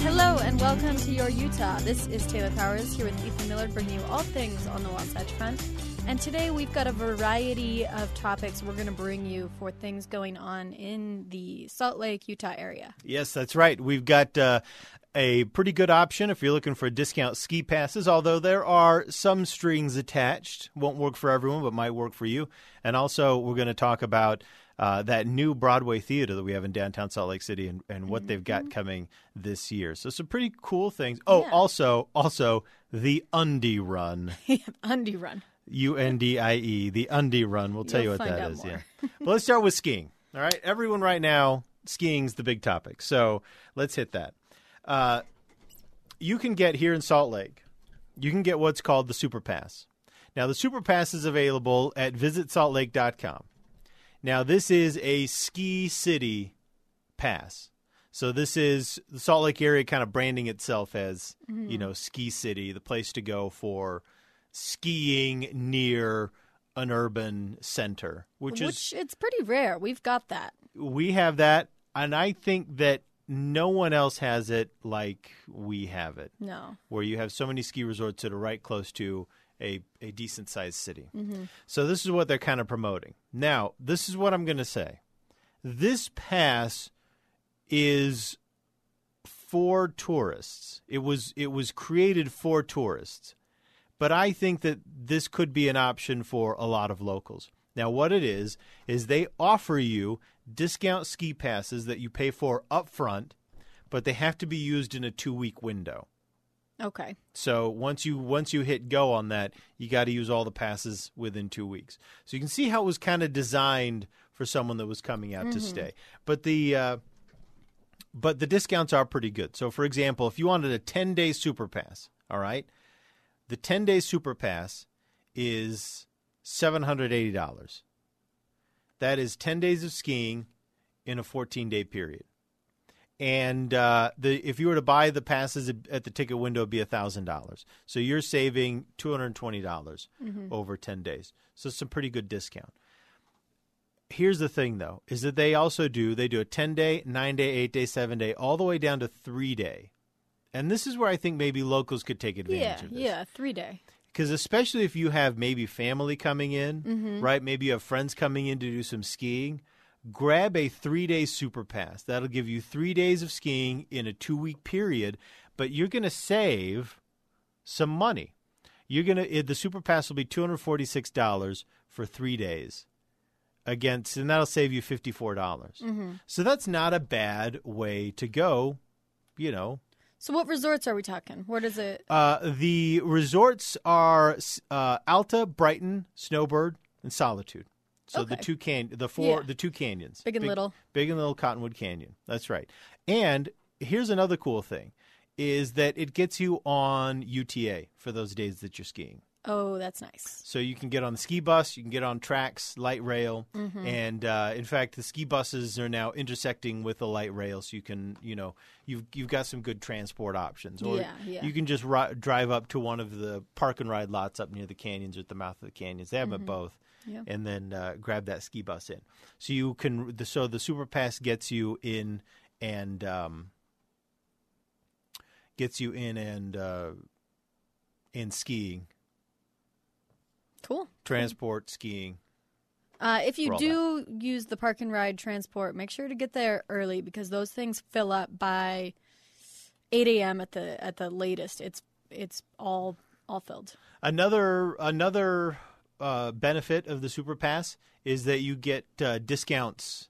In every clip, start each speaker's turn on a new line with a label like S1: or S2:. S1: Hello and welcome to Your Utah. This is Taylor Powers here with Ethan Miller, bringing you all things on the Wasatch Front. And today we've got a variety of topics we're going to bring you for things going on in the Salt Lake, Utah area.
S2: Yes, that's right. We've got uh, a pretty good option if you're looking for discount ski passes, although there are some strings attached. Won't work for everyone, but might work for you. And also, we're going to talk about. Uh, that new Broadway theater that we have in downtown Salt Lake City and, and what mm-hmm. they've got coming this year. So some pretty cool things. Oh,
S1: Yeah.
S2: also, also the Undie Run.
S1: Undie Run.
S2: U N D I E, the Undie Run. We'll tell
S1: You'll
S2: you what
S1: find
S2: that
S1: out
S2: is.
S1: more.
S2: Yeah. Well, let's start with skiing. All right, everyone, right now skiing's the big topic. So let's hit that. Uh, you can get here in Salt Lake. You can get what's called the Super Pass. Now, the Super Pass is available at visitsaltlake.com. Now, this is a ski city pass. So this is the Salt Lake area kind of branding itself as, you know, ski city, the place to go for skiing near an urban center, which,
S1: Which,
S2: is
S1: it's pretty rare. We've got that.
S2: we have that and I think that no one else has it like we have it
S1: No.
S2: where you have so many ski resorts that are right close to a, a decent sized city. So this is what they're kind of promoting. Now, this is what I'm going to say. This pass is for tourists. It was it was created for tourists. But I think that this could be an option for a lot of locals. Now, what it is is they offer you discount ski passes that you pay for upfront, but they have to be used in a 2-week window.
S1: Okay.
S2: So once you once you hit go on that, you got to use all the passes within two weeks. So you can see how it was kind of designed for someone that was coming out to stay. But the uh, but the discounts are pretty good. So for example, if you wanted a ten day super pass, all right, the ten day super pass is seven hundred eighty dollars. That is ten days of skiing in a fourteen day period and uh, the if you were to buy the passes at the ticket window, it'd be thousand dollars. So you're saving two hundred twenty dollars
S1: Mm-hmm.
S2: over ten days. So it's a pretty good discount. Here's the thing, though, is that they also do they do a ten day, nine day, eight day, seven day, all the way down to three day, and this is where I think maybe locals could take advantage
S1: Yeah.
S2: of this
S1: Yeah. Three day.
S2: because especially if you have maybe family coming in, right? Maybe you have friends coming in to do some skiing. Grab a three day super pass. That'll give you three days of skiing in a two week period, but you're going to save some money. You're going to, the super pass will be $246 for three days against, and that'll save you $54. dollars So that's not a bad way to go, you know,
S1: So what resorts are we talking? Where does it?
S2: uh, the resorts are uh, Alta, Brighton, Snowbird, and Solitude. So the
S1: Okay.
S2: two can the four
S1: Yeah.
S2: the two canyons,
S1: Big and Little.
S2: Big and Little Cottonwood Canyon. That's right. And here's another cool thing is that it gets you on UTA for those days that you're skiing.
S1: Oh, that's nice.
S2: So you can get on the ski bus, you can get on tracks, light rail,
S1: Mm-hmm.
S2: and uh, in fact, the ski buses are now intersecting with the light rail, so you can, you know, you've you've got some good transport options, or
S1: Yeah, yeah.
S2: you can just ri- drive up to one of the park and ride lots up near the canyons or at the mouth of the canyons. They have them at both,
S1: Mm-hmm. Yeah.
S2: and then uh, grab that ski bus in. So you can, the, so the super pass gets you in and um, gets you in and uh, in skiing
S1: Cool.
S2: transport, skiing.
S1: Uh, if
S2: For
S1: you
S2: all
S1: do use the park and ride transport, make sure to get there early because those things fill up by 8 a.m. at the at the latest. It's it's all all filled.
S2: Another another uh, benefit of the Super Pass is that you get uh, discounts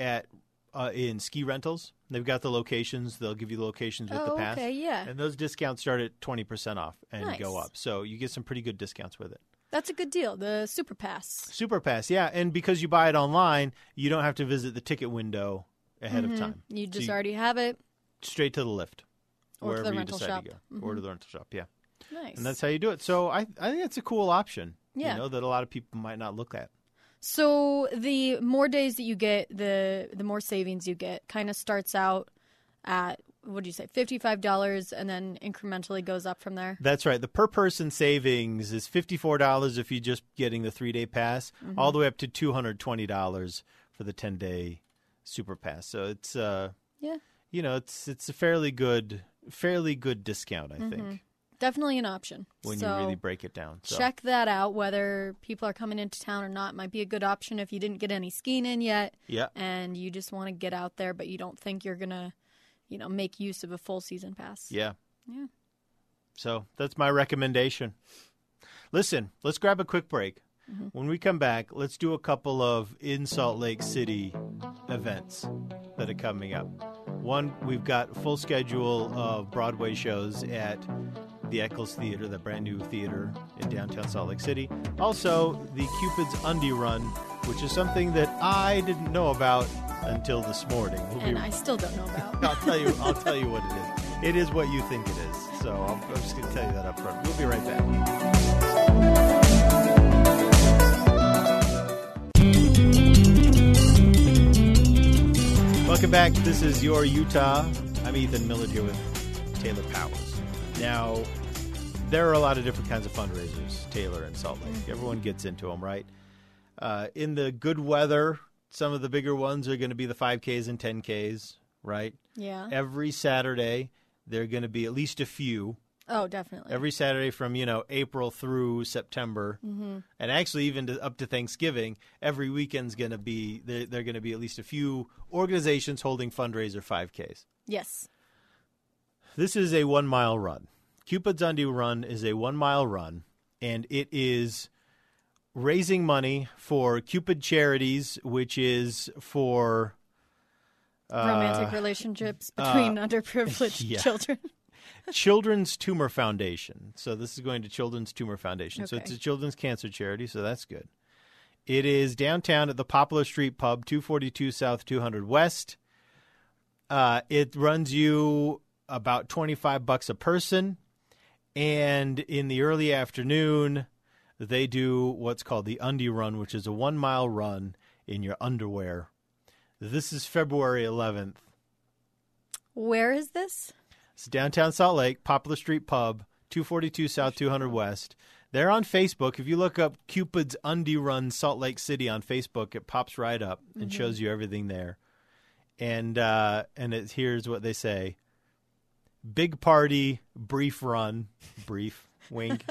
S2: at uh, in ski rentals. They've got the locations. They'll give you the locations with the
S1: Oh,
S2: pass.
S1: okay, yeah.
S2: And those discounts start at twenty percent off and go
S1: Nice.
S2: up. So you get some pretty good discounts with it.
S1: That's a good deal. The super pass.
S2: Super Pass, yeah, and because you buy it online, you don't have to visit the ticket window ahead of time.
S1: Mm-hmm. You
S2: So
S1: just already have it.
S2: straight to the lift,
S1: Or to
S2: wherever
S1: the
S2: you
S1: rental
S2: decide to
S1: shop. Mm-hmm.
S2: go, or to the rental shop. Yeah,
S1: Nice.
S2: and that's how you do it. So I I think that's a cool option.
S1: Yeah.
S2: you know that a lot of people might not look at.
S1: So the more days that you get, the the more savings you get. Kind of starts out at what do you say, fifty five dollars, and then incrementally goes up from there.
S2: That's right. The per person savings is fifty four dollars if you're just getting the three day pass,
S1: Mm-hmm.
S2: all the way up to two hundred twenty dollars for the ten day super pass. So it's uh
S1: Yeah,
S2: you know it's it's a fairly good fairly good discount I think
S1: definitely an option.
S2: when
S1: Mm-hmm. so
S2: you really break it down. So
S1: check that out. Whether people are coming into town or not might be a good option if you didn't get any skiing in yet,
S2: yeah,
S1: and you just want to get out there, but you don't think you're gonna, you know, make use of a full season pass.
S2: yeah,
S1: Yeah.
S2: So that's my recommendation. Listen, let's grab a quick break.
S1: Mm-hmm.
S2: When we come back, let's do a couple of in Salt Lake City events that are coming up. One, we've got a full schedule of Broadway shows at the Eccles Theater, the brand new theater in downtown Salt Lake City. Also, the Cupid's Undie Run, which is something that I didn't know about until this morning. We'll be
S1: And I still don't know about.
S2: I'll tell you. I'll tell you what it is. It is what you think it is. So I'm, I'm just going to tell you that up front. We'll be right back. Welcome back. This is your Utah. I'm Ethan Millard here with Taylor Powers. Now, there are a lot of different kinds of fundraisers, Taylor and Salt Lake. Everyone gets into them, right? Uh, in the good weather, some of the bigger ones are going to be the 5Ks and 10Ks, right?
S1: Yeah.
S2: Every Saturday, there are going to be at least a few.
S1: Oh, definitely.
S2: Every Saturday from, you know, April through September. Mm-hmm. And actually, even to, up to Thanksgiving, every weekend's going to be, there, there are going to be at least a few organizations holding fundraiser 5Ks.
S1: yes.
S2: This is a one mile run. Cupid's Undo Run is a one mile run, and it is raising money for Cupid Charities, which is for uh,
S1: Romantic relationships between underprivileged
S2: yeah.
S1: children.
S2: Children's Tumor Foundation. So this is going to Children's Tumor Foundation. So
S1: Okay.
S2: it's a children's cancer charity, so that's good. It is downtown at the Poplar Street Pub, 242 South, 200 West. Uh, it runs you about 25 bucks a person. And in the early afternoon, they do what's called the Undie Run, which is a one mile run in your underwear. This is February 11th.
S1: Where is this?
S2: It's downtown Salt Lake, Poplar Street Pub, 242 South 200 West. They're on Facebook. If you look up Cupid's Undie Run Salt Lake City on Facebook, it pops right up and shows you everything there. And uh, and it, here's what they say: Big party, brief run, brief wink,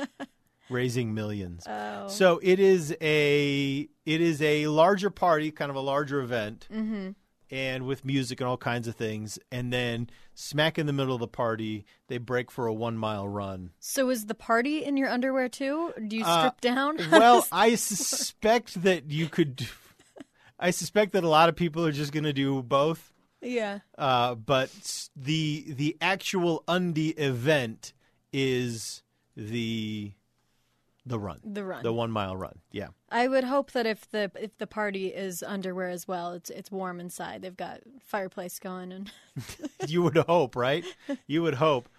S2: raising millions.
S1: Oh.
S2: So it is a it is a larger party, kind of a larger event,
S1: Mm-hmm.
S2: and with music and all kinds of things. And then smack in the middle of the party, they break for a one mile run.
S1: So is the party in your underwear too? Do you strip
S2: Uh,
S1: down?
S2: Well, I suspect that you could. I suspect that a lot of people are just going to do both.
S1: yeah.
S2: Uh, but s- the the actual undie event is the the run,
S1: The run.
S2: the one mile run. Yeah.
S1: I would hope that if the if the party is underwear as well, it's it's warm inside. They've got fireplace going and
S2: you would hope, right? You would hope.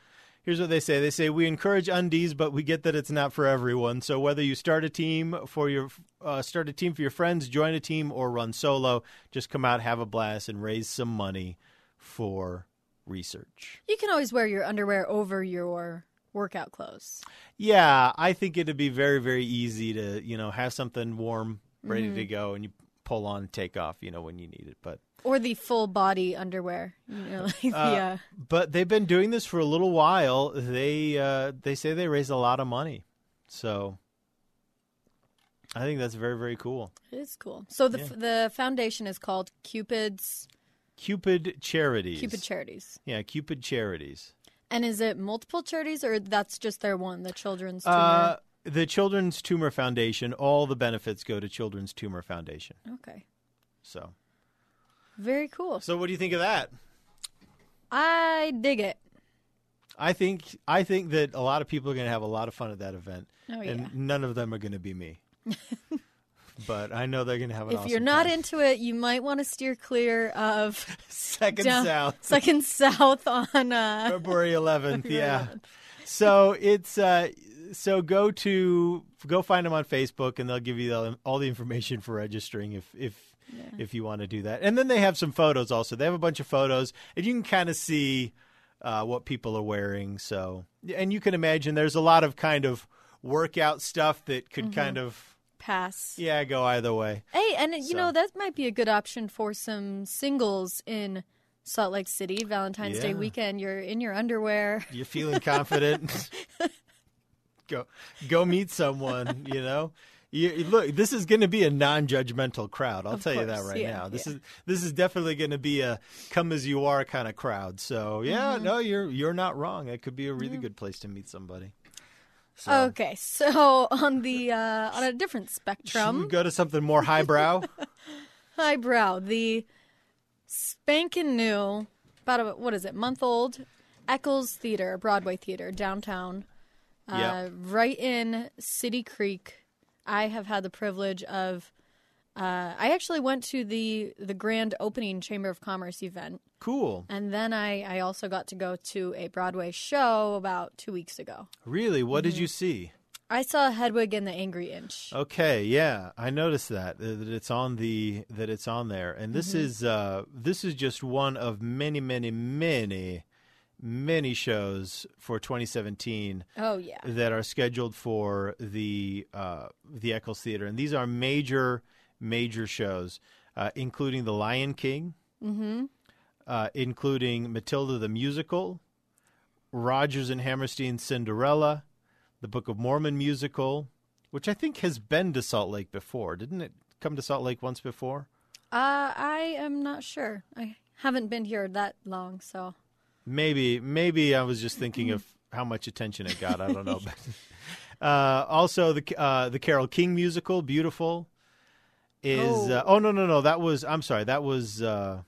S2: Here's what they say. They say we encourage undies, but we get that it's not for everyone. So whether you start a team for your uh, start a team for your friends, join a team, or run solo, just come out, have a blast, and raise some money for research.
S1: you can always wear your underwear over your workout clothes.
S2: Yeah, I think it'd be very, very easy to you know have something warm, ready to go, and you pull on, take off, you know, when you need it. But
S1: Or the full body underwear. You know, like the, uh,
S2: but they've been doing this for a little while. They uh, they say they raise a lot of money, so I think that's very very cool.
S1: it is cool. So the f the foundation is called Cupid's
S2: Cupid charities,
S1: Cupid Charities.
S2: yeah, Cupid charities.
S1: And is it multiple charities or that's just their one, the children's tumor?
S2: Uh, the Children's Tumor Foundation. All the benefits go to Children's Tumor Foundation.
S1: okay.
S2: So
S1: Very cool.
S2: so what do you think of that?
S1: I dig it.
S2: I think I think that a lot of people are going to have a lot of fun at that event,
S1: Oh, yeah.
S2: and none of them are going to be me. but I know they're going to have an
S1: If
S2: awesome
S1: you're not
S2: time.
S1: into it, you might want to steer clear of
S2: Second
S1: down-
S2: South,
S1: Second South on. Uh,
S2: February 11th. yeah. So it's uh, so go to go find them on Facebook, and they'll give you the, all the information for registering if if if you want to do that. And then they have some photos also. They have a bunch of photos, and you can kind of see uh, what people are wearing. So and you can imagine there's a lot of kind of workout stuff that could kind of
S1: pass.
S2: yeah go either way.
S1: Hey, and you
S2: So-
S1: know that might be a good option for some singles in Salt Lake City Valentine's Day
S2: Yeah.
S1: weekend. You're in your underwear.
S2: You're feeling confident. go go meet someone, you know. You, you- look, this is going to be a non-judgmental crowd. I'll
S1: Of
S2: tell you that
S1: course,
S2: right
S1: yeah,
S2: now. This
S1: yeah.
S2: is this is definitely going to be a come as you are kind of crowd. So, yeah,
S1: Mm-hmm.
S2: no, you're you're not wrong. That could be a really good place to meet somebody. So,
S1: Okay, so on the uh, on a different
S2: should we
S1: spectrum,
S2: go to something more highbrow?
S1: highbrow, the spankin' new, about a, what is it, month old, Eccles Theater, Broadway Theater, downtown, uh,
S2: Yeah.
S1: right in City Creek. I have had the privilege of. Uh, I actually went to the the grand opening Chamber of Commerce event.
S2: cool.
S1: And then I, I also got to go to a Broadway show about two weeks ago.
S2: Really? What did you see?
S1: I saw Hedwig and the Angry
S2: Oh.
S1: Inch.
S2: Okay, yeah, I noticed that uh, that it's on the that it's on there, and this is uh, this is just one of many, many, many, many shows for 2017
S1: Oh, yeah.
S2: that are scheduled for the uh, the Eccles Theater, and these are major, major shows, uh, including The Lion King, mm-hmm. uh, including Matilda the musical, Rogers and Hammerstein's Cinderella, the Book of Mormon musical, which I think has been to Salt Lake before, didn't it? Come to Salt Lake once before.
S1: Uh, I am not sure. I haven't been here that long, so.
S2: Maybe, maybe I was just thinking of how much attention it got. I don't know. uh, also, the uh, the Carol King musical, beautiful, is. Oh. Uh, oh no, no, no! That was. I'm sorry. That was. Uh,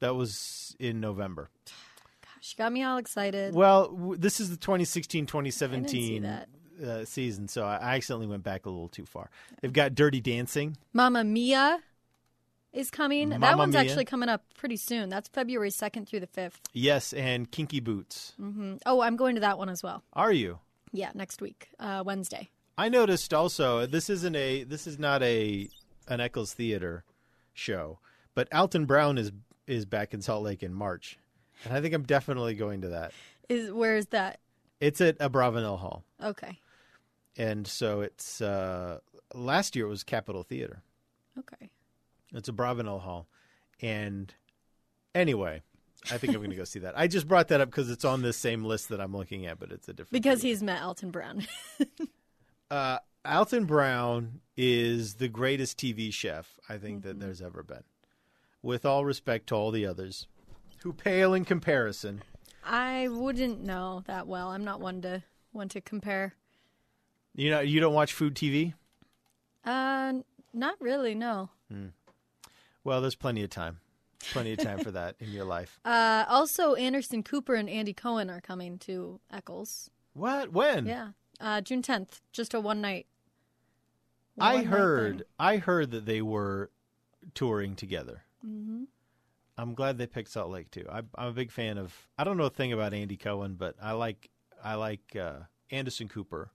S2: that was in November.
S1: Gosh, you got me all excited.
S2: Well, w- this is the 2016 2017
S1: that.
S2: uh, season, so I I accidentally went back a little too far. They've got Dirty Dancing.
S1: Mamma Mia is coming. that
S2: Mamma
S1: one's
S2: Mia.
S1: actually coming up pretty soon. That's February 2nd through the 5th.
S2: Yes, and Kinky Boots.
S1: hmm Oh, I'm going to that one as well.
S2: Are you?
S1: Yeah, next week, uh, Wednesday.
S2: I noticed also this isn't a this is not a an Eccles Theater show, but Alton Brown is is back in Salt Lake in March, and I think I'm definitely going to that.
S1: Is Where is that?
S2: It's at Abravanel Hall,
S1: Okay.
S2: and so it's uh, last year it was Capitol Theater.
S1: Okay.
S2: It's Abravanel Hall, and anyway, I think I'm going to go see that. I just brought that up because it's on this same list that I'm looking at, but it's a different
S1: Because
S2: theater.
S1: he's met Elton Brown.
S2: uh, Alton Brown is the greatest TV chef I think
S1: Mm-hmm.
S2: that there's ever been. With all respect to all the others, who pale in comparison.
S1: I wouldn't know that well. I'm not one to one to compare.
S2: You know, you don't watch food TV.
S1: Uh, not really. No.
S2: Well, there's plenty of time, plenty of time for that in your life.
S1: Uh, also Anderson Cooper and Andy Cohen are coming to Eccles.
S2: What? When?
S1: Yeah, uh, June 10th. Just a one night.
S2: I
S1: one-night
S2: heard.
S1: thing.
S2: I heard that they were touring together.
S1: Mm-hmm.
S2: I'm glad they picked Salt Lake too. I, I'm a big fan of. I don't know a thing about Andy Cohen, but I like. I like uh, Anderson Cooper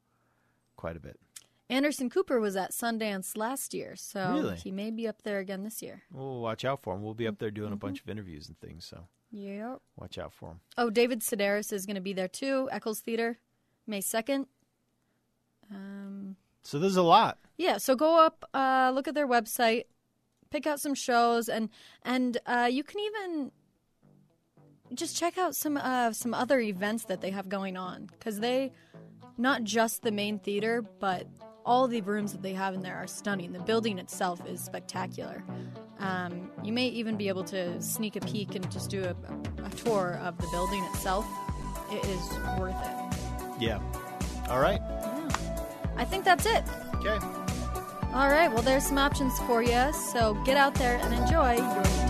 S2: quite a bit.
S1: Anderson Cooper was at Sundance last year, so
S2: Really?
S1: he may be up there again this year.
S2: We'll watch out for him. We'll be up there doing a bunch of interviews and things, so
S1: Yep.
S2: watch out for him.
S1: Oh, David Sedaris is going to be there too. Eccles Theater, May 2nd. Um,
S2: So there's a lot.
S1: Yeah, so go up, uh, look at their website, pick out some shows, and and uh, you can even just check out some uh, some other events that they have going on because they not just the main theater, but all the rooms that they have in there are stunning. The building itself is spectacular. Um, you may even be able to sneak a peek and just do a, a tour of the building itself. It is worth it.
S2: Yeah. All right.
S1: I think that's it.
S2: Okay.
S1: All right, well, there's some options for you, so get out there and enjoy your